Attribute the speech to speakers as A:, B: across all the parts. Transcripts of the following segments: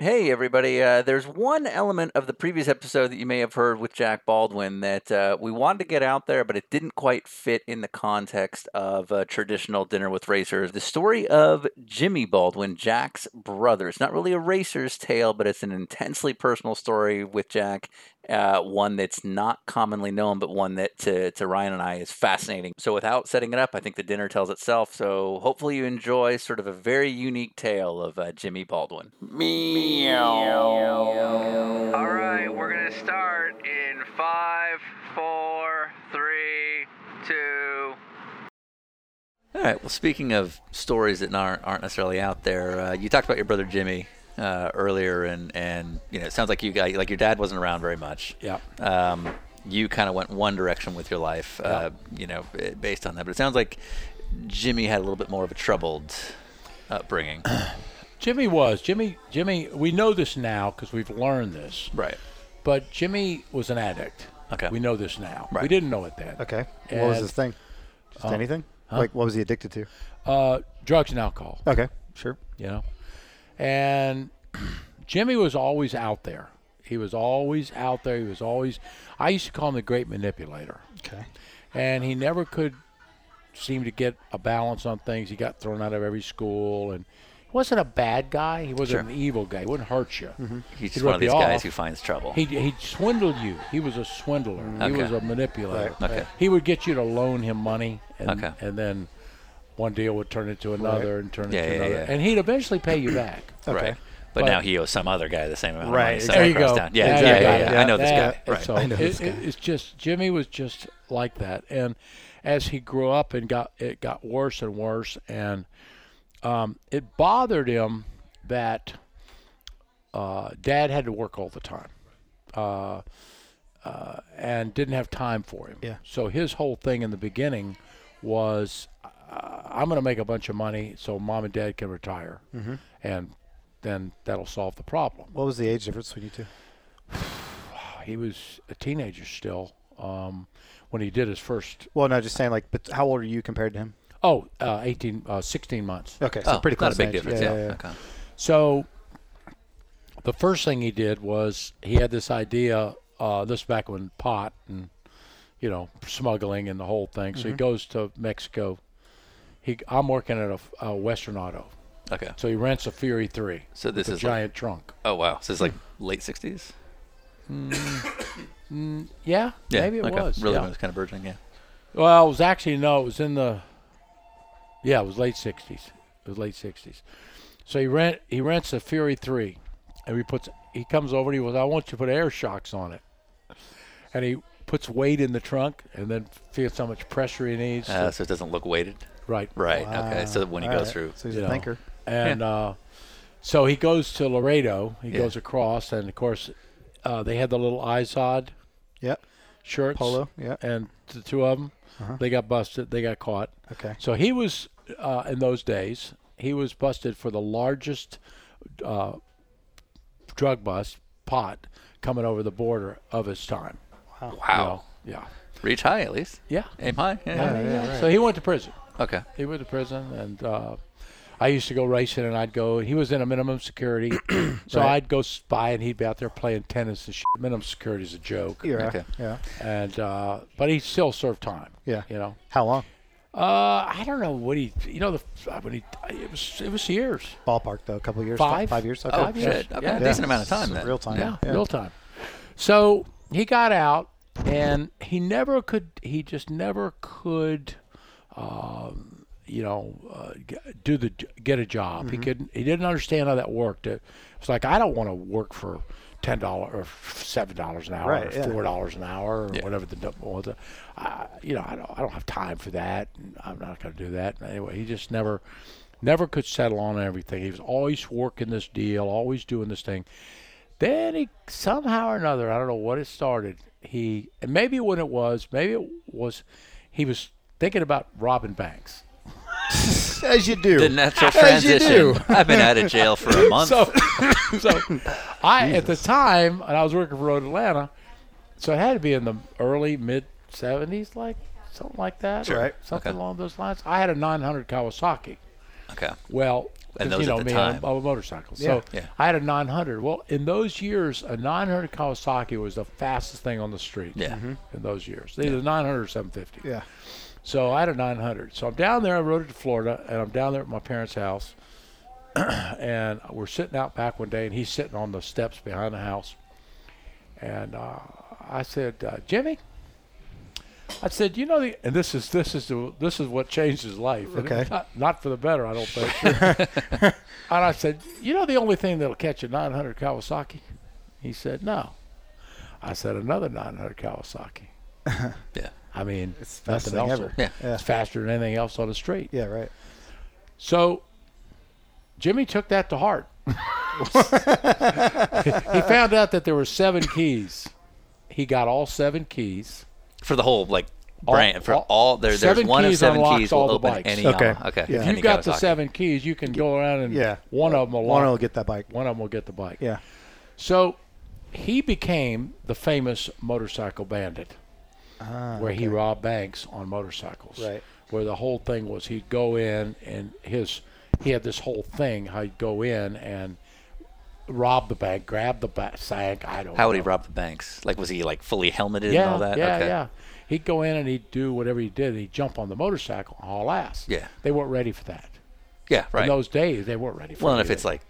A: Hey, everybody. Uh, there's one element of the previous episode that you may have heard with Jack Baldwin that uh, we wanted to get out there, but it didn't quite fit in the context of a traditional dinner with racers. The story of Jimmy Baldwin, Jack's brother. It's not really a racer's tale, but it's an intensely personal story with Jack, uh, one that's not commonly known, but one that to, to Ryan and I is fascinating. So, without setting it up, I think the dinner tells itself. So, hopefully, you enjoy sort of a very unique tale of uh, Jimmy Baldwin.
B: All right, we're gonna start in five, four, three, two.
A: All right. Well, speaking of stories that aren't aren't necessarily out there, uh, you talked about your brother Jimmy uh, earlier, and and you know it sounds like you guys like your dad wasn't around very much.
C: Yeah.
A: Um, you kind of went one direction with your life, uh, you know, eh, based on that. But it sounds like Jimmy had a little bit more of a troubled upbringing.
C: Jimmy was Jimmy. Jimmy, we know this now because we've learned this.
A: right.
C: But Jimmy was an addict.
A: Okay.
C: We know this now.
A: Right.
C: We didn't know it then.
D: Okay. what was
C: And-
D: his thing? Just anything? Like, what was he addicted to?
C: Uh, drugs and alcohol.
D: Okay. Sure.
C: You know, and Jimmy was always out there. He was always out there. He was always. I used to call him the great manipulator,
D: Okay.
C: and he never could seem to get a balance on things. He got thrown out of every school, and he wasn't a bad guy. He wasn't
A: Sure. Mm-hmm.
C: an evil guy. He wouldn't hurt you.
A: He's
C: He'd
A: just one
C: rip
A: of
C: you
A: these guys
C: off.
A: who finds trouble.
C: He he swindled you. He was a swindler.
A: Okay.
C: He was a manipulator.
A: Right. Okay.
C: He would get you to loan him money, and,
A: Okay.
C: and then one deal would turn into another, and turn
A: Yeah,
C: into
A: yeah,
C: another,
A: yeah.
C: and he'd eventually pay you back.
D: Okay.
A: Right. But,
C: But-
A: now he owes some other guy the same amount
D: Right,
A: of money. somewhere
C: there you
A: across
C: go.
A: town. Yeah,
C: Now you
A: yeah,
C: got
A: yeah,
C: it.
A: yeah. I know this
C: That-
A: guy. Right.
C: So
D: I know
C: it-
D: this guy.
C: it- it's just Jimmy was just like that, and as he grew up and got it got worse and worse, and um, it bothered him that uh, Dad had to work all the time. Uh, uh, and didn't have time for him.
D: Yeah.
C: So his whole thing in the beginning was, uh, I'm going to make a bunch of money so mom and dad can retire,
A: Mm-hmm.
C: and then that'll solve the problem.
D: What was the age difference between you two?
C: He was a teenager still um, when he did his first,
D: Well, no, just saying, like, but how old are you compared to him?
C: oh, uh, 18, uh, 16 months.
D: Okay.
A: Oh,
D: So pretty
A: not
D: close.
A: a big
D: age.
A: difference.
D: Yeah.
A: Yeah.
D: yeah, yeah.
A: Okay.
C: So the first thing he did was he had this idea, uh, this back when pot and, you know, smuggling and the whole thing. So he goes to Mexico. He, I'm working at a, a Western Auto.
A: Okay.
C: So he rents a Fury 3.
A: So this
C: with
A: is
C: a
A: like-
C: giant trunk.
A: Oh wow. So it's like late '60s.
C: Yeah, maybe it
A: okay.
C: was.
A: Really,
C: yeah.
A: when it was kind of burgeoning. Yeah.
C: Well, it was actually no, it was in the yeah, it was late sixties. It was late sixties. So he rent he rents a Fury three, and he puts he comes over and he goes, I want you to put air shocks on it, and he puts weight in the trunk and then feels how much pressure he needs.
A: Uh, so it doesn't look weighted.
C: right,
A: Right. Okay. So when he
D: Uh, All
A: goes
D: right.
A: through.
D: So he's
C: you
D: a
C: know.
D: thinker.
C: And uh, so he goes to Laredo. He
A: Yeah.
C: goes across, and of course, uh, they had the little Izod
D: Yeah.
C: shirts,
D: Polo, yeah. Uh-huh.
C: and the two of them, they got busted. They got caught.
D: Okay.
C: So he was uh, in those days. He was busted for the largest uh, drug bust pot coming over the border of his time.
A: Wow.
C: Yeah.
A: Reach high at least.
C: Yeah.
A: Aim high. Yeah.
C: So he went to prison.
A: Okay.
C: He went to prison, and uh, I used to go racing, and I'd go. He was in a minimum security, so I'd go spy, and he'd be out there playing tennis and shit. Minimum security is a joke,
D: Yeah.
A: Okay.
D: Yeah.
C: and uh, but he still served time.
D: Yeah.
C: you know.
D: How long?
C: Uh, I don't know what he. You know the when he. It was it was years.
D: Ballpark though, a couple of years.
C: Five?
D: Five years. Okay.
A: Oh
C: Five years.
A: shit. Okay.
C: Yeah.
A: Decent amount of time
D: So
A: then.
D: Real time.
C: yeah, real time. So he got out, and he never could. He just never could, um, you know, uh, g- do the j- get a job.
D: Mm-hmm.
C: He couldn't. He didn't understand how that worked. It was like I don't want to work for ten dollars or seven dollars an hour,
D: Right,
C: or
D: yeah.
C: four dollars an hour, or
A: Yeah.
C: whatever the number was. Uh, I, you know, I don't. I don't have time for that. And I'm not going to do that. And Anyway, he just never. Never could settle on everything. He was always working this deal, always doing this thing. Then he somehow or another, I don't know what it started. He and maybe when it was, maybe it was, he was thinking about robbing banks.
D: As you do.
A: The natural
D: As you
A: transition.
D: do.
A: I've been out of jail for a month.
C: So, so I at the time, and I was working for Road Atlanta, so it had to be in the early mid '70s, like something like that, or
D: Right.
C: something
A: Okay.
C: along those lines. I had a 900 Kawasaki.
A: okay.
C: Well,
A: and
C: 'Cause,
A: those
C: you know
A: at the
C: me,
A: time.
C: I'm, I'm a motorcycle.
D: Yeah.
C: So
A: Yeah.
C: I had a 900. Well, in those years, a 900 Kawasaki was the fastest thing on the street.
A: Yeah.
C: In those years, either 900 or 750.
D: Yeah.
C: So I had a 900. So I'm down there. I rode it to Florida, and I'm down there at my parents' house, and we're sitting out back one day, and he's sitting on the steps behind the house, and uh, I said, uh, Jimmy. I said, you know, the, and this is this is the, this is what changed his life. And it
D: Okay.
C: was Not, not for the better, I don't think. and I said, you know, the only thing that'll catch a 900 Kawasaki. He said, no. I said, another 900 Kawasaki.
A: Yeah.
C: I mean,
D: It's the best
C: nothing
D: thing
C: else.
D: ever.
C: will-
A: Yeah.
D: Yeah.
C: It's faster than anything else on the street.
D: Yeah. Right.
C: So Jimmy took that to heart. he found out that there were seven keys. He got all seven keys.
A: For the whole like
C: All-
A: brand for
C: all-
A: all, there, there's
C: seven
A: one of
C: keys
A: seven
C: unlocks
A: keys
C: all
A: will
C: the
A: open
C: bikes.
A: any
D: Okay.
A: Yama. Okay.
D: Yeah.
A: any
C: You've got the
A: Kawasaki.
C: seven keys. You can go around and
D: Yeah.
C: one of them will
D: One
C: lock.
D: will get that bike.
C: One of them will get the bike.
D: Yeah.
C: So he became the famous motorcycle bandit,
D: Ah,
C: where he robbed banks on motorcycles.
D: Right.
C: Where the whole thing was, he'd go in and his he had this whole thing how he'd go in and rob the bank, grab the ba- bank. I don't.
A: How would
C: know.
A: he rob the banks? Like was he like fully helmeted
C: yeah,
A: and all that?
C: Yeah,
A: okay.
C: yeah. He'd go in and he'd do whatever he did. He'd jump on the motorcycle and haul ass.
A: Yeah.
C: They weren't ready for that.
A: Yeah, right.
C: In those days, they weren't ready for
A: well, and
C: it
A: if
C: either.
A: it's like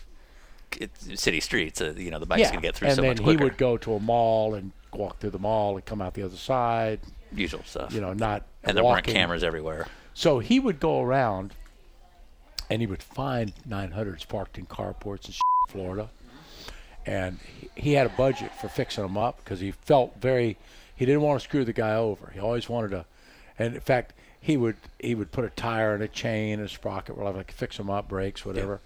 A: it's city streets, uh, you know, the bike's
C: yeah.
A: gonna get through
C: and
A: so
C: then
A: much
C: he
A: quicker.
C: would go to a mall and walk through the mall and come out the other side.
A: Usual stuff.
C: You know, not
A: and there weren't
C: walking.
A: cameras everywhere.
C: So he would go around and he would find 900s parked in carports in Florida. And he- he had a budget for fixing them up because he felt very, he didn't want to screw the guy over. He always wanted to, and in fact, he would he would put a tire and a chain and a sprocket, whatever, like fix them up, brakes, whatever,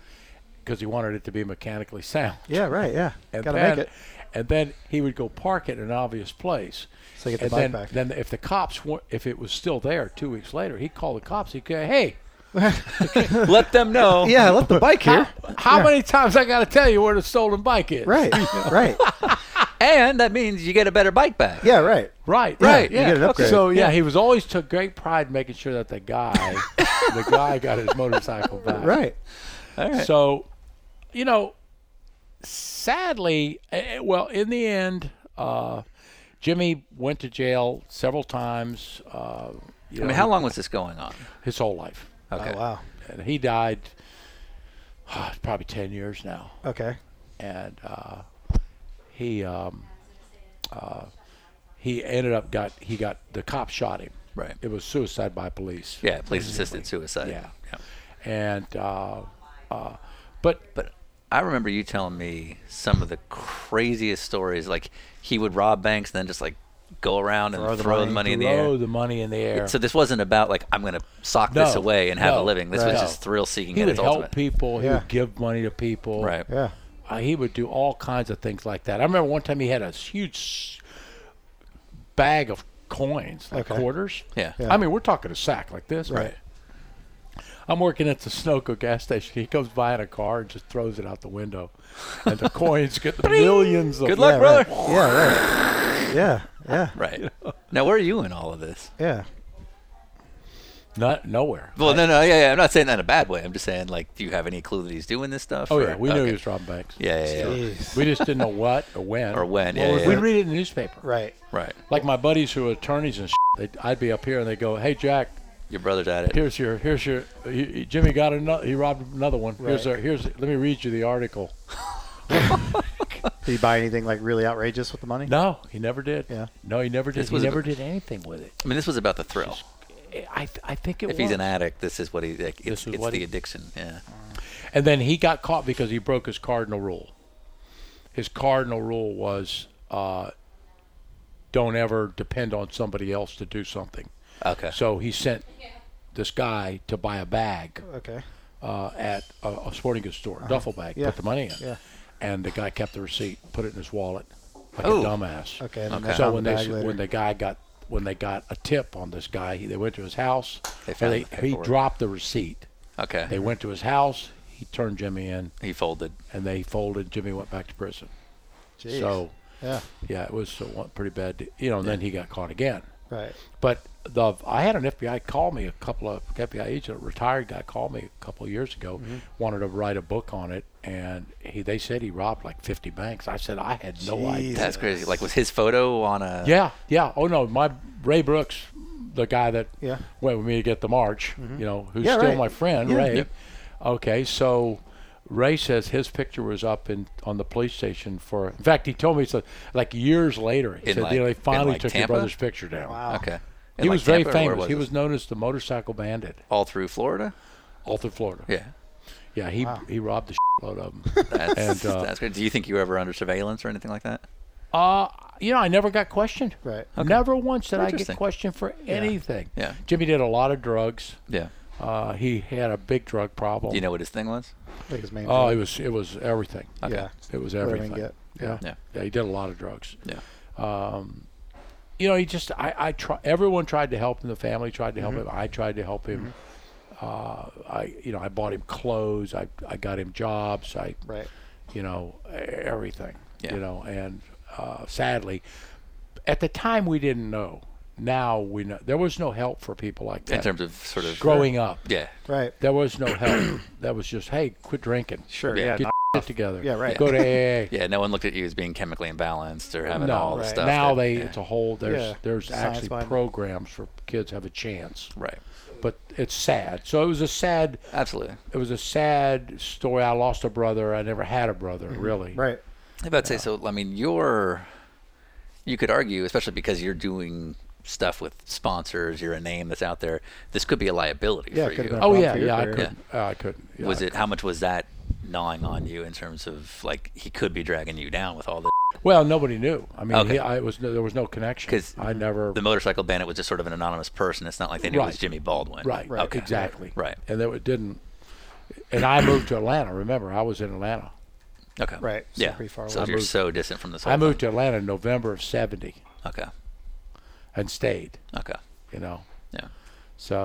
C: because he wanted it to be mechanically sound.
D: Yeah. Right. Yeah.
C: And
D: Gotta
C: then,
D: make it.
C: And then he would go park it in an obvious place.
D: So you get the
C: and
D: bike
C: then,
D: back.
C: then if the cops, wa- if it was still there two weeks later, he'd call the cops. He'd go, hey,
A: Let them know.
D: Yeah. I left the bike
C: how,
D: here.
C: how many times I got to tell you where the stolen bike is?
D: Right. Right.
A: And that means you get a better bike back.
D: Yeah. Right.
C: Right,
D: Yeah,
C: right.
D: you get an upgrade.
C: So yeah, he was always took great pride in making sure that the guy, the guy got his motorcycle back.
D: Right.
C: So, you know, sadly, eh, well, in the end, uh, Jimmy went to jail several times. Uh, you
A: I
C: know,
A: mean, how long was this going on?
C: His whole life,
A: Okay.
D: Oh, wow.
C: and he died probably ten years now.
D: Okay.
C: and uh, he um, uh, he ended up got he got the cop shot him.
A: Right.
C: It was suicide by police.
A: Yeah, police assisted suicide.
C: Yeah.
A: yeah.
C: And uh, uh, but
A: But I remember you telling me some of the craziest stories. Like he would rob banks, and then just like go around and
D: Throw
A: throw
D: the
A: the
D: money,
A: money, in the
C: throw
A: air.
C: the money in the air.
A: So this wasn't about like I'm gonna sock this
C: No,
A: away and have
C: no,
A: a living. This
C: right.
A: was
C: No.
A: just thrill seeking
C: he
A: at
C: would
A: its
C: help
A: ultimate.
C: people. He
D: Yeah.
C: would give money to people.
A: Right.
D: Yeah.
C: Uh, he would do all kinds of things like that. I remember one time he had a huge s- bag of coins, like
D: Okay.
C: quarters.
A: Yeah.
D: Yeah.
C: I mean, we're talking a sack like this, right?
D: Right.
C: I'm working at the Sunoco gas station. He comes by in a car and just throws it out the window, and the coins get the millions of.
A: Good luck,
D: yeah,
A: brother.
D: Right. Yeah. Right. Yeah. Yeah.
A: Right. Now where are you in all of this?
D: Yeah.
C: Not nowhere.
A: Well, no, no, yeah, yeah. I'm not saying that in a bad way. I'm just saying like, do you have any clue that he's doing this stuff?
C: Oh
A: or-
C: yeah, we knew
A: okay.
C: he was robbing banks.
A: Yeah, yeah, yeah.
C: We just didn't know what or when
A: Or when,
C: Well,
A: yeah,
C: if
A: yeah,
C: We
A: yeah.
C: read it in the newspaper.
D: Right.
A: Right.
C: Like my buddies who are attorneys and shit, they'd, I'd be up here and they go, "Hey Jack,
A: Your brother's at it.
C: here's your here's your he, he- Jimmy got another he robbed another one. Here's
D: Right.
C: our, here's let me read you the article.
D: Did you buy anything like really outrageous with the money?
C: No, he never did.
D: Yeah.
C: No, he never did.
A: This
C: he
A: was a-
C: never did anything with it.
A: I mean, this was about the thrill.
C: I th- I think it
A: If
C: was.
A: he's an addict, this is what he. Like, it's
C: This is
A: it's
C: what
A: the
C: he-
A: addiction. Yeah.
C: and then he got caught because he broke his cardinal rule. His cardinal rule was uh, don't ever depend on somebody else to do something.
A: Okay.
C: So he sent this guy to buy a bag.
D: Okay.
C: uh, at a, a sporting goods store, duffel bag,
D: Uh-huh. Yeah.
C: put the money in.
D: Yeah.
C: And the guy kept the receipt, put it in his wallet, like
A: Oh.
C: a dumbass.
D: Okay, and then they
C: So
D: found
C: when
D: the
C: they
D: bag
C: s-
D: later.
C: when the guy got when they got a tip on this guy, he, they went to his house.
A: They
C: and
A: found the
C: he
A: paperwork.
C: dropped the receipt.
A: okay.
C: They went to his house. He turned Jimmy in,
A: he folded.
C: and they folded. Jimmy went back to prison.
D: Jeez.
C: So
D: Yeah.
C: yeah, it was a one- pretty bad. de- You know, and then he got caught again.
D: Right.
C: But the I had an FBI call me a couple of FBI agent, a retired guy, called me a couple of years ago,
D: Mm-hmm.
C: wanted to write a book on it, and he they said he robbed like 50 banks. I said I had no idea.
A: That's crazy. Like, was his photo on a?
C: Yeah, yeah. Oh no, my Ray Brooks, the guy that
D: Yeah. Mm-hmm.
C: went with me to get the march, you know, who's
D: Yeah,
C: still
D: right.
C: my friend,
D: Yeah.
C: Ray. Okay, so Ray says his picture was up in on the police station for. In fact, he told me so. Like years later, he
A: In
C: said
A: like-
C: you know, they
A: in
C: finally
A: like
C: took
A: Tampa?
C: your brother's picture down.
D: Wow.
A: Okay. In,
C: He
A: like,
C: was very
A: Tampa, or where
C: famous. he
A: it?
C: was known as the motorcycle bandit,
A: all through Florida.
C: all through Florida.
A: Yeah.
C: Yeah, he he robbed the shitload of them.
A: That's,
C: And, uh,
A: that's good. Do you think you were ever under surveillance or anything like that?
C: Uh, you know, I never got questioned.
D: Right.
C: Never once did I get
A: Interesting.
C: questioned for anything.
A: Yeah.
C: Jimmy did a lot of drugs.
A: Yeah.
C: Uh, he had a big drug problem.
A: Do you know what his thing was?
D: Like his main.
C: oh, it
D: thing.
C: was it was everything.
A: Okay.
D: yeah.
C: It was
D: Whatever he
C: everything.
D: can get.
C: Yeah.
A: Yeah.
C: Yeah, he did a lot of drugs.
A: Yeah.
C: You know, he just I I try everyone tried to help him, the family tried to help
D: Mm-hmm.
C: him, I tried to help him. Uh, I you know, I bought him clothes, I I got him jobs, I
D: Right.
C: you know, e- everything.
A: Yeah.
C: You know, and uh, sadly, at the time we didn't know. Now we know. There was no help for people like that.
A: In terms of sort of
C: growing up,
A: Yeah.
D: Right.
C: there was no help. that was just, hey, quit drinking.
D: Sure.
A: Yeah.
D: Yeah.
C: Get
D: not-
C: your shit together.
D: Yeah, right.
C: Go to AA.
A: Yeah. No one looked at you as being chemically imbalanced or having
C: No,
A: all the
D: right.
A: stuff.
C: now
A: that-
C: they
A: yeah.
C: it's a whole there's
D: Yeah.
C: there's
D: Science
C: actually
D: behind it.
C: programs for kids have a chance,
A: right.
C: but it's sad. So it was a sad
A: Absolutely.
C: it was a sad story. I lost a brother. I never had a brother really.
D: Mm-hmm. Right.
A: I about to say so. I mean, you're you could argue, especially because you're doing stuff with sponsors, you're a name that's out there. This could be a liability
D: Yeah,
A: for
D: it could've
A: you.
D: been a
C: Oh
D: Rob
C: yeah,
D: Peter
C: yeah. I
D: Berry.
C: couldn't. Uh, I couldn't. Yeah,
A: was
C: I
A: it how much was that gnawing on you in terms of like he could be dragging you down with all this?
C: Well, nobody knew. I mean,
A: Okay.
C: he, I was no, there was no connection.
A: 'Cause
C: I never
A: The motorcycle bandit was just sort of an anonymous person. It's not like they knew it was
C: Right.
A: Jimmy Baldwin.
C: right, right
A: Okay.
C: exactly
A: Right.
C: and there it didn't. And I moved to Atlanta. Remember, I was in Atlanta.
A: Okay.
D: Right. So
A: Yeah.
D: pretty far
A: so
D: away.
A: you're so distant from this. Whole
C: I moved to Atlanta in November of '70
A: thing. Okay.
C: and stayed.
A: Okay.
C: You know,
A: Yeah.
C: so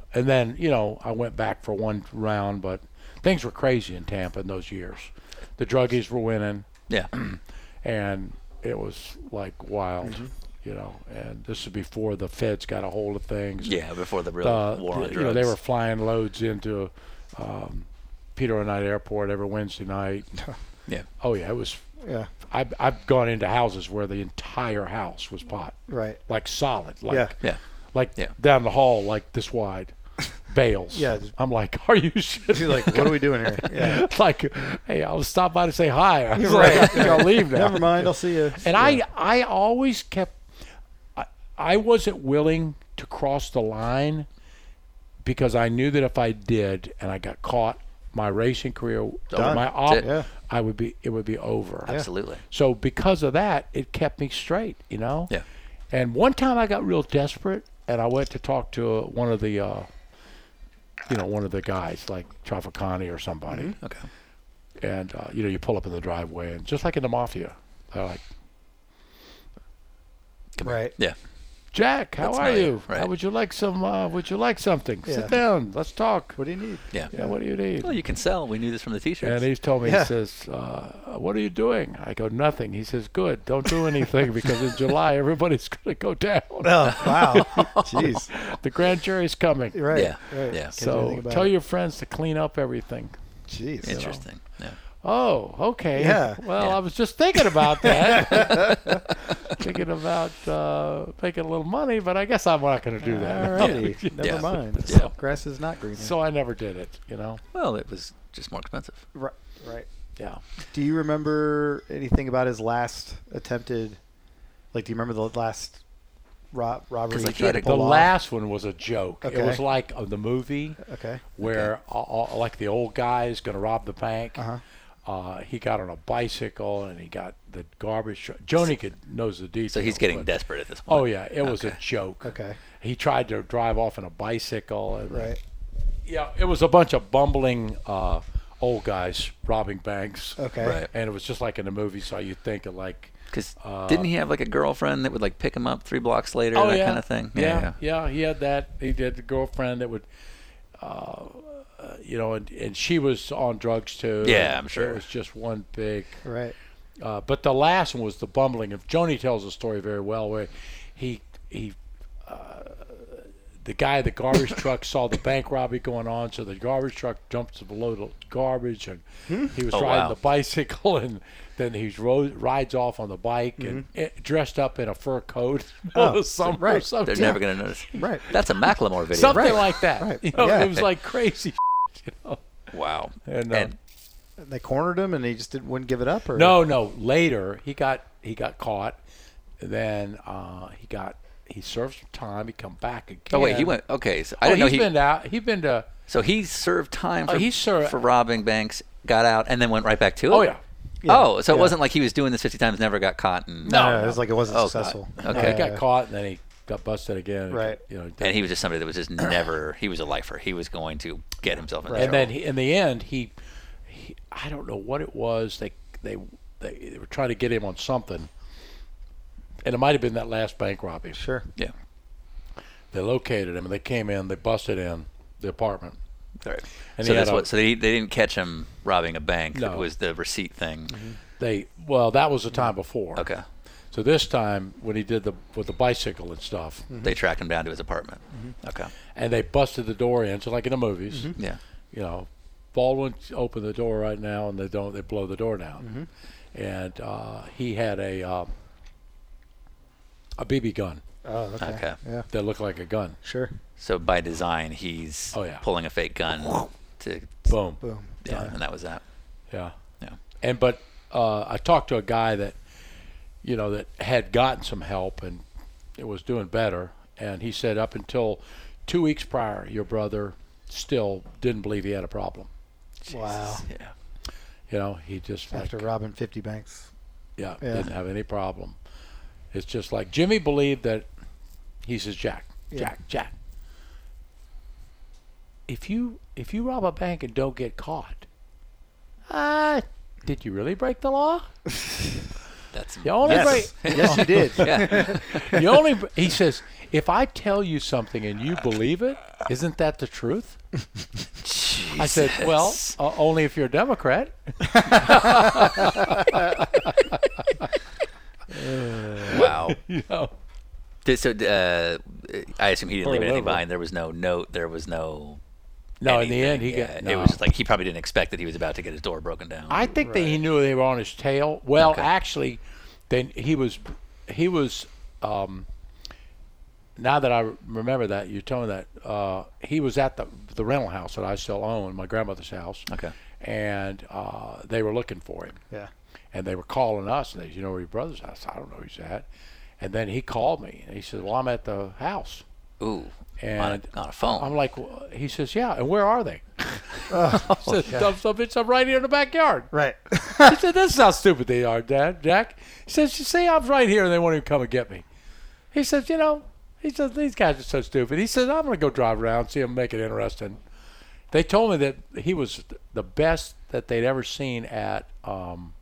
C: uh, and then you know I went back for one round, but things were crazy in Tampa in those years. The druggies were winning,
A: Yeah.
C: and it was like wild.
A: Mm-hmm.
C: You know, and this is before the feds got a hold of things.
A: yeah. Before the real
C: uh,
A: war on drugs.
C: you know, they were flying loads into um, Peter O'Knight Airport every Wednesday night.
A: Yeah.
C: oh yeah, it was.
D: Yeah.
C: I've, I've gone into houses where the entire house was pot,
D: Right.
C: like solid, like
D: Yeah.
A: Yeah.
C: like
A: Yeah.
C: down the hall, like this wide, bales.
D: Yeah, just-
C: I'm like, are you serious?
D: He's like, what are we doing here? Yeah.
C: like, hey, I'll stop by to say hi. I was
D: Right.
C: like, I think I'll leave now.
D: Never mind. I'll see you.
C: And I, I always kept, I, I wasn't willing to cross the line because I knew that if I did and I got caught, my racing career,
A: Done.
C: my op,
A: That's it.
D: Yeah.
C: I would be, it would be over.
A: Absolutely.
C: So because of that, it kept me straight, you know.
A: Yeah.
C: And one time I got real desperate, and I went to talk to uh, one of the, uh, you know, one of the guys like Travacani or somebody
A: Okay.
C: and uh, you know you pull up in the driveway and just like in the mafia they're like
D: Right.
A: Yeah.
C: jack how
A: That's
C: are
A: not
C: you
A: it, right.
C: how would you like some uh, would you like something
D: Yeah.
C: sit down let's talk
D: What do you need?
A: Yeah.
C: yeah, what do you need
A: Well, you can sell. We knew this from the T-shirts.
C: and he's told me
D: Yeah.
C: he says uh, what are you doing i go nothing he says good don't do anything because in july everybody's going to go down
D: Oh wow. Jeez.
C: the grand jury's coming
D: Right.
A: Yeah. Yeah.
D: Right. Can't do anything
C: so
D: about
C: tell
D: it.
C: your friends to clean up everything
D: Jeez.
A: Interesting. Yeah.
C: Oh, okay.
D: Yeah.
C: Well,
A: Yeah.
C: I was just thinking about that. thinking about uh, making a little money, but I guess I'm not going to do that.
D: Alrighty. Never
A: Yeah.
D: mind.
A: Yeah.
D: Grass is not green.
C: So I never did it, you know?
A: Well, it was just more expensive.
D: right. Right.
C: Yeah.
D: Do you remember anything about his last attempted? Like, do you remember the last rob- robbery?
A: 'Cause, like,
D: he
A: he
D: tried
A: had
D: to
A: a-
C: The
D: pull off?
C: last one was a joke. It was
D: Okay.
C: like of the movie
D: Okay.
C: where, uh, uh, like, the old guy is going to rob the bank.
D: Uh-huh.
C: Uh, he got on a bicycle and he got the garbage truck. Joni could knows the details.
A: So he's getting
C: but-
A: desperate at this point.
C: Oh yeah, it was a joke.
D: Okay.
C: He tried to drive off in a bicycle. And,
D: Right.
C: Yeah, it was a bunch of bumbling uh, old guys robbing banks.
D: Okay.
A: Right.
C: And it was just like in the movie, so you think of like,
A: Because didn't he have like a girlfriend that would like pick him up three blocks later, that kind of thing?
C: Uh, Oh, Yeah, yeah, he had that. He had the girlfriend that would, uh, uh, you know, and, and she was on drugs too.
A: Yeah,
C: and
A: I'm sure.
C: It was just one big.
D: Right.
C: Uh, but the last one was the bumbling. If Joni tells the story very well, where he he the guy at the garbage truck saw the bank robbery going on, so the garbage truck jumped to below the garbage, and he was
D: Hmm.
A: Oh,
C: riding
A: wow.
C: the bicycle, and then he ro- rides off on the bike and eh, dressed up in a fur coat, in the middle of
D: Mm-hmm. Oh,
C: summer or
D: right.
C: something,
A: They're never going to notice.
D: Right.
A: That's a Macklemore video.
C: something
D: Right.
C: like that.
D: Right.
C: You know,
D: Yeah.
C: it was like crazy. You know?
A: Wow.
C: And, um,
A: And
D: And they cornered him, and he just didn't wouldn't give it up. Or
C: No, no. Later, he got he got caught. Then uh, he got he served some time. He come back again.
A: oh wait, he went. Okay, so I
C: Oh,
A: didn't know
C: he's
A: he.
C: been out. He's been to.
A: so he served time
C: Oh,
A: for,
C: he served-
A: for robbing banks, got out, and then went right back to it.
C: Oh yeah.
A: oh, so it
D: yeah.
A: wasn't like he was doing this 50 times, never got caught, and
C: No.
D: No, it was like it wasn't
A: Oh, God.
D: successful.
A: Okay.
C: Yeah,
A: Uh,
C: he got caught and then he got busted again. and,
D: Right.
C: You know.
A: and he was just somebody that was just never. He was a lifer. He was going to get himself in
C: and
A: trouble.
C: then he, in the end, he, he, I don't know what it was. They, they, they, they were trying to get him on something, and it might have been that last bank robbery.
D: Sure.
A: yeah.
C: They located him and they came in. They busted in the apartment.
A: All right.
C: And
A: so
C: he had
A: that's
C: a-
A: what. So they, they didn't catch him robbing a bank.
C: No.
A: It was the receipt thing.
D: Mm-hmm.
C: They well, that was the time before.
A: Okay.
C: So this time when he did the with the bicycle and stuff,
A: They tracked him down to his apartment.
D: Mm-hmm.
A: Okay.
C: and they busted the door in, so like in the movies,
A: Yeah.
C: you know, Baldwin opened the door right now, and they don't. They blow the door down, and uh, he had a um, a BB gun
D: Oh, okay.
A: Okay.
D: Yeah.
C: that looked like a gun.
D: Sure.
A: So by design, he's
C: Oh, yeah.
A: pulling a fake gun to.
C: Boom.
D: Boom.
A: Yeah, and that was that.
C: Yeah.
A: Yeah.
C: And but uh, I talked to a guy that you know that had gotten some help and it was doing better, and he said up until two weeks prior, your brother still didn't believe he had a problem.
D: Wow.
A: Yeah.
C: You know, he just like,
D: After robbing 50 banks.
C: yeah,
D: Yeah.
C: didn't have any problem. It's just like Jimmy believed that he says Jack,
D: Yeah.
C: Jack, Jack. If you if you rob a bank and don't get caught, uh, did you really break the law?
A: That's.
C: You only
D: Yes.
C: break
D: yes, you did.
C: you only he says if I tell you something and you believe it, isn't that the truth?
A: Jesus.
C: I said, well, uh, only if you're a Democrat.
A: Wow.
C: You know.
A: Did- so uh, I assume he didn't leave
C: Or
A: anything
C: whatever.
A: behind. There was no note. There was no.
C: No, Oh, in the
A: anything.
C: end he
A: Yeah,
C: got
A: It
C: no.
A: was just like he probably didn't expect that he was about to get his door broken down.
C: I think that he knew they were on his tail. Well,
A: Okay.
C: actually, then he was, he was. Um, now that I remember that you told me that uh, he was at the the rental house that I still own, my grandmother's house.
A: Okay.
C: And uh, they were looking for him,
D: Yeah.
C: and they were calling us, and they, said, you know, where your brother's house? I don't know where he's at. And then he called me, and he said, "Well, I'm at the house."
A: Ooh. on,
C: And
A: a, on a phone.
C: I'm like, well, he says, "Yeah." And where are they?
A: Oh,
C: I said, "Dumb stuff, It's I'm right here in the backyard."
D: Right.
C: I said, "That's how stupid they are, Dad." Jack he says, "You see, I'm right here, and they won't even come and get me." He says, "You know," he says, "These guys are so stupid." He says, "I'm gonna go drive around, see them make it interesting." They told me that he was the best that they'd ever seen at um,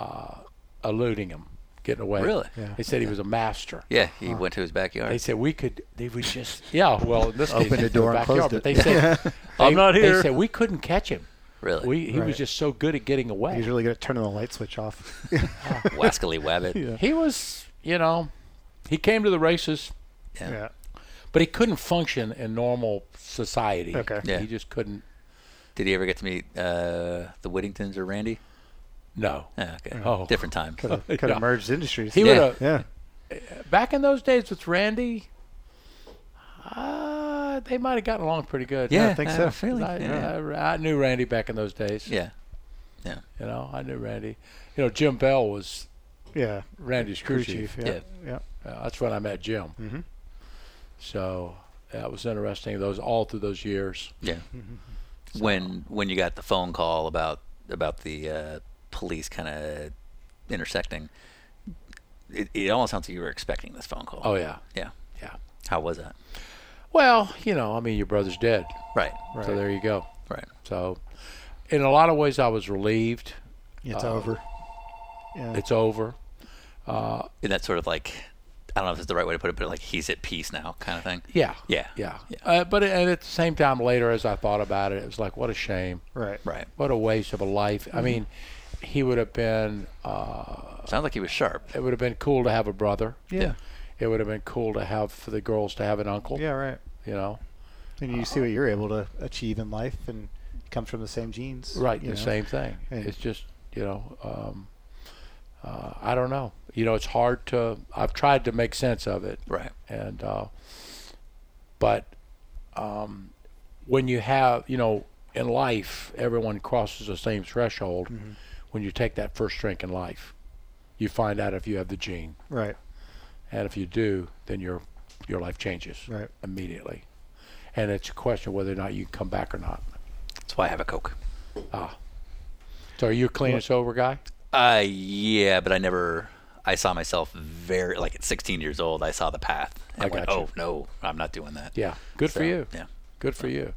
C: uh, eluding him, getting away.
A: Really?
D: Yeah.
C: They said he was a master.
A: yeah, he went to his
C: They
A: backyard.
C: said we could. They would just. Yeah. Well, in this case,
D: Opened the
C: it's
D: door and
C: backyard,
D: closed it.
C: But they said,
A: I'm not
C: They
A: here.
C: said we couldn't catch him.
A: Really?
C: We, he was
D: Right.
C: just so good at getting away.
D: He's really good at turning the light switch off.
A: Wascally Wabbit.
C: he was, you know, he came to the races,
D: yeah.
C: but he couldn't function in normal society.
D: Okay.
A: Yeah.
C: He just couldn't.
A: Did he ever get to meet uh, the Whittingtons or Randy?
C: No.
A: Yeah, okay.
C: Oh.
A: Different time.
D: Could have, could have
C: Yeah.
D: merged industries.
C: He
A: Yeah.
C: would have.
D: yeah.
C: Back in those days with Randy, uh, they might have gotten along pretty good.
A: Yeah,
D: think
A: I
D: so.
A: have a feeling.
C: I,
A: yeah.
C: I, I knew Randy back in those days.
A: yeah.
C: You know, I knew Randy. You know, Jim Bell was
D: Yeah.
C: Randy's crew,
D: Crew
C: chief.
D: chief. Yeah.
A: Yeah.
D: Yeah.
C: Uh, that's when I met Jim.
D: Mhm.
C: So that was interesting. Those all through those years.
A: Yeah. When when you got the phone call about about the uh, police kind of intersecting, it, it almost sounds like you were expecting this phone call.
C: Oh yeah,
A: yeah.
C: yeah.
A: How was that?
C: Well, you know, I mean, your brother's dead,
A: Right.
C: so there you go.
A: Right.
C: So, in a lot of ways, I was relieved.
D: It's
C: Uh,
D: over. Yeah.
C: It's over.
A: And that's sort of like I don't know if it's the right way to put it, but like he's at peace now, kind of thing.
C: Yeah.
A: Yeah.
C: Yeah. Uh, but and at the same time, later, as I thought about it, it was like, what a shame.
D: right.
A: Right.
C: What a waste of a life. I mean, he would have been. Uh,
A: Sounds like he was sharp.
C: it would have been cool to have a brother.
D: Yeah.
C: it would have been cool to have for the girls to have an uncle.
D: Yeah, right.
C: You know,
D: And you see what you're able to achieve in life, and it comes from the same genes.
C: right? The
D: you know?
C: same thing.
D: And-
C: it's just you know, um, uh, I don't know. You know, it's hard to. I've tried to make sense of it,
A: Right.
C: and uh, but um, when you have you know in life everyone crosses the same threshold
A: Mm-hmm.
C: when you take that first drink in life you find out if you have the gene
D: Right.
C: and if you do then your your life changes
D: Right.
C: immediately and it's a question whether or not you can come back or not
A: That's why I have a Coke.
C: so are you a clean and sober guy
A: Uh, yeah, but I never. I saw myself very like at 16 years old. I saw the path. And
C: I
A: went,
C: gotcha.
A: Oh no, I'm not doing that.
C: yeah good
A: So,
C: for you
A: Yeah.
C: good for you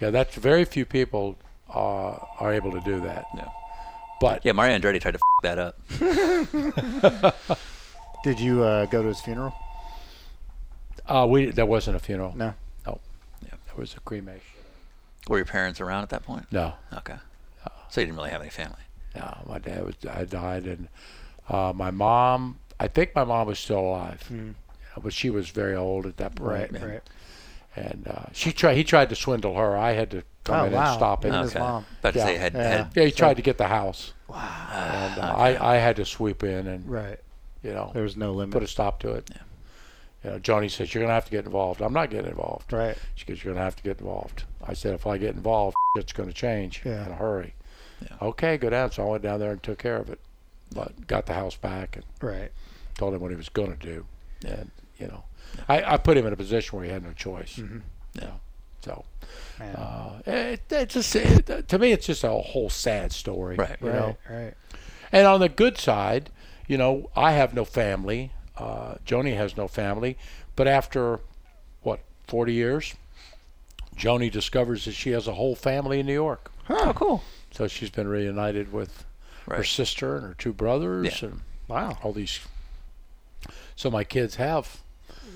C: yeah that's very few people uh, are able to do that
A: Yeah.
C: but
A: Yeah. Mario Andretti tried to f- that up.
D: Did you uh, go to his funeral?
C: uh, we that wasn't a funeral
D: No.
C: No.
A: Yeah.
C: There Oh, was a cremation.
A: Were your parents around at that point?
C: No.
A: Okay. So you didn't really have any family.
C: No. My dad was I died and uh, my mom I think my mom was still alive. Uh, But she was very old at that point.
D: Hmm. Right. Right.
C: And uh, she tried he tried to swindle her. I had to come
D: Oh,
C: in
D: wow.
C: and stop it.
D: And his
A: okay.
D: mom.
A: About to
C: Yeah.
A: say had,
D: Yeah.
A: had Ah,
C: Yeah, he tried to get the house. Wow. And uh, I, I had to sweep in and
D: Right.
C: you know
D: There was no limit.
C: put a stop to it. You know, Johnny says, You're gonna have to get involved. I'm not getting involved.
D: right.
C: She goes, You're going to have to get involved. I said, If I get involved, it's going to change
D: Yeah.
C: in a hurry.
A: Yeah.
C: Okay, go down. So I went down there and took care of it, but got the house back and
D: Right.
C: told him what he was going to do. And, you know, I, I put him in a position where he had no choice.
A: Yeah.
C: So
D: Man.
C: uh, it, it's just, it, to me, it's just a whole sad story.
A: Right.
C: You
D: right.
C: know?
D: Right.
C: And on the good side, you know, I have no family. Uh, Joni has no family. But after, what, 40 years, Joni discovers that she has a whole family in New York.
A: Oh, cool.
C: So she's been reunited with her
A: Right.
C: sister and her two brothers
A: Yeah.
C: and
D: Wow.
C: all these. So my kids have,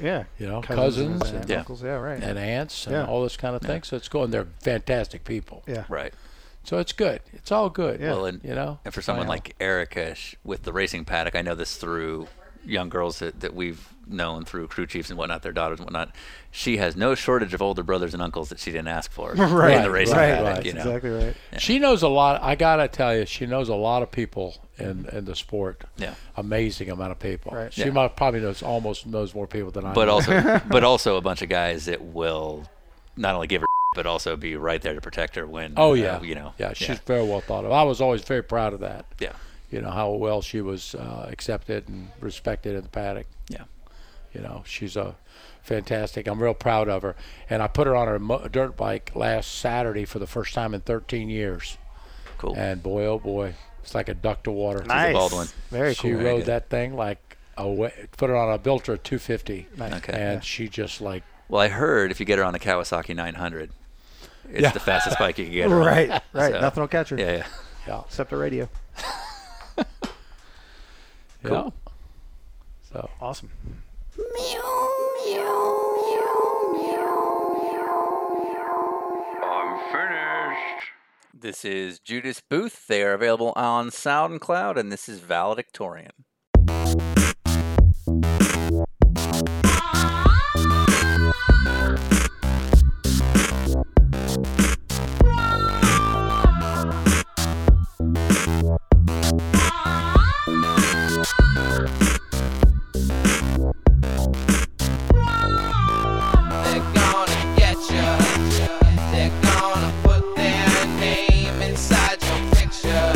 D: Yeah.
C: you know,
D: Cousins,
C: cousins,
D: and
C: and,
A: Yeah.
D: uncles. Yeah. Right.
C: and aunts and
D: Yeah.
C: all this kind of thing. So it's cool. And they're fantastic people.
D: yeah.
A: Right.
C: So it's good. It's all good.
D: Yeah.
A: Well, and
C: You know?
A: and for someone
D: Wow.
A: like Erica sh- with the racing paddock, I know this through young girls that, that we've known through crew chiefs and whatnot, their daughters and whatnot. She has no shortage of older brothers and uncles that she didn't ask for in
D: Right,
A: the racing
D: right,
A: paddock.
D: That's
A: you know,
D: exactly right.
C: She knows a lot. I gotta tell you, she knows a lot of people in in the sport.
A: Yeah.
C: amazing amount of people.
D: Right.
C: She
A: Yeah.
C: might, probably knows almost knows more people than I.
A: but
C: know.
A: also but also a bunch of guys that will not only give her but also be right there to protect her when.
C: oh
A: uh,
C: yeah,
A: you know,
C: yeah, she's very well thought of. I was always very proud of that.
A: yeah,
C: You know how well she was uh, accepted and respected in the paddock.
A: yeah,
C: You know she's a fantastic. I'm real proud of her, and I put her on her mo- dirt bike last Saturday for the first time in 13 years.
A: cool.
C: And boy, oh boy, it's like a duck to water.
A: Nice. Baldwin.
D: Very
C: she
D: cool.
A: Very
C: rode
A: good.
C: that thing like a wa put her on a Biltra 250,
A: Okay.
C: and she just like
A: Well, I heard if you get her on a Kawasaki 900, it's the fastest bike you can get. Her on.
D: Right. Right.
A: So-
D: Nothing will catch her
A: Yeah, yeah.
C: yeah,
D: except a radio.
A: Cool.
C: yeah. So
D: Awesome.
B: I'm finished.
A: This is Judas Booth. They are available on SoundCloud, and this is Valedictorian.
E: They're gonna get ya. They're gonna put their name inside your picture.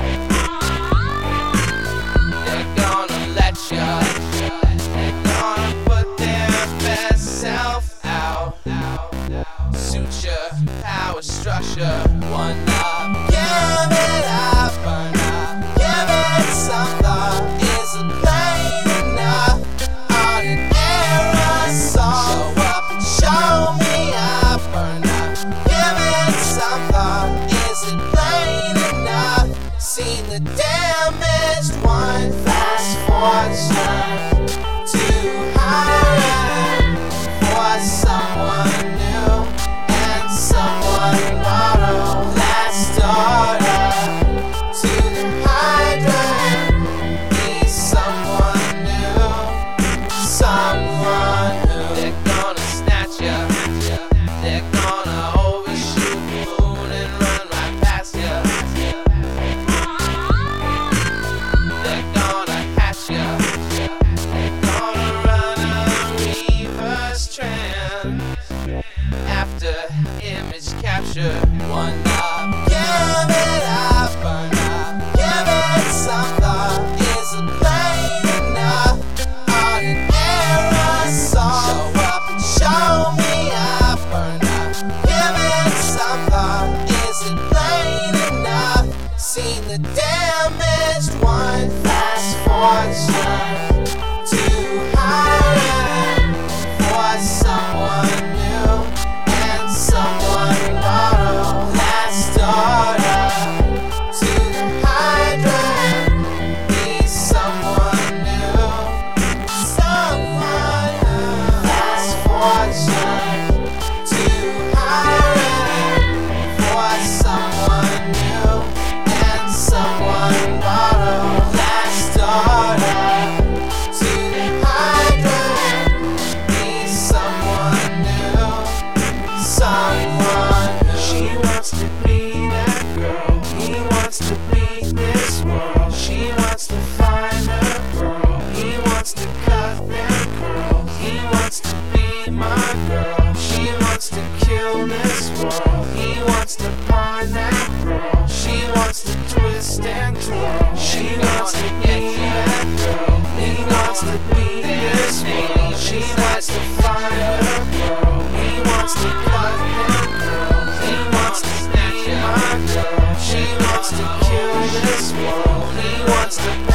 E: They're gonna let ya. They're gonna put their best self out. Suture, power structure, one up. Give it up, burn up. Give it some thought. Is it plain enough? On an aerosol. Show up, show me up, burn up. Give it some thought. Is it plain enough? See the damaged one. Fast fortune to higher for someone new and someone borrowed. Last order to the hydrant. Be someone new damaged. One fast fortune to hire for someone new and someone borrow. Last order to hydrant. Be someone new. Someone new. Fast fortune to hire for someone new and someone borrowed. Last order to hydrant. Be someone new, someone. She wants to be that girl. He wants to be this world. She wants to find her girl. He wants to cut their curls. He wants to be my girl. She wants to kill this world. He wants to find that girl. She wants to twist and twirl. She wants to be that girl. He wants to be this world. She wants to find her girl. He wants to cut that girl. He wants to be my girl. She wants to kill this world. He wants to.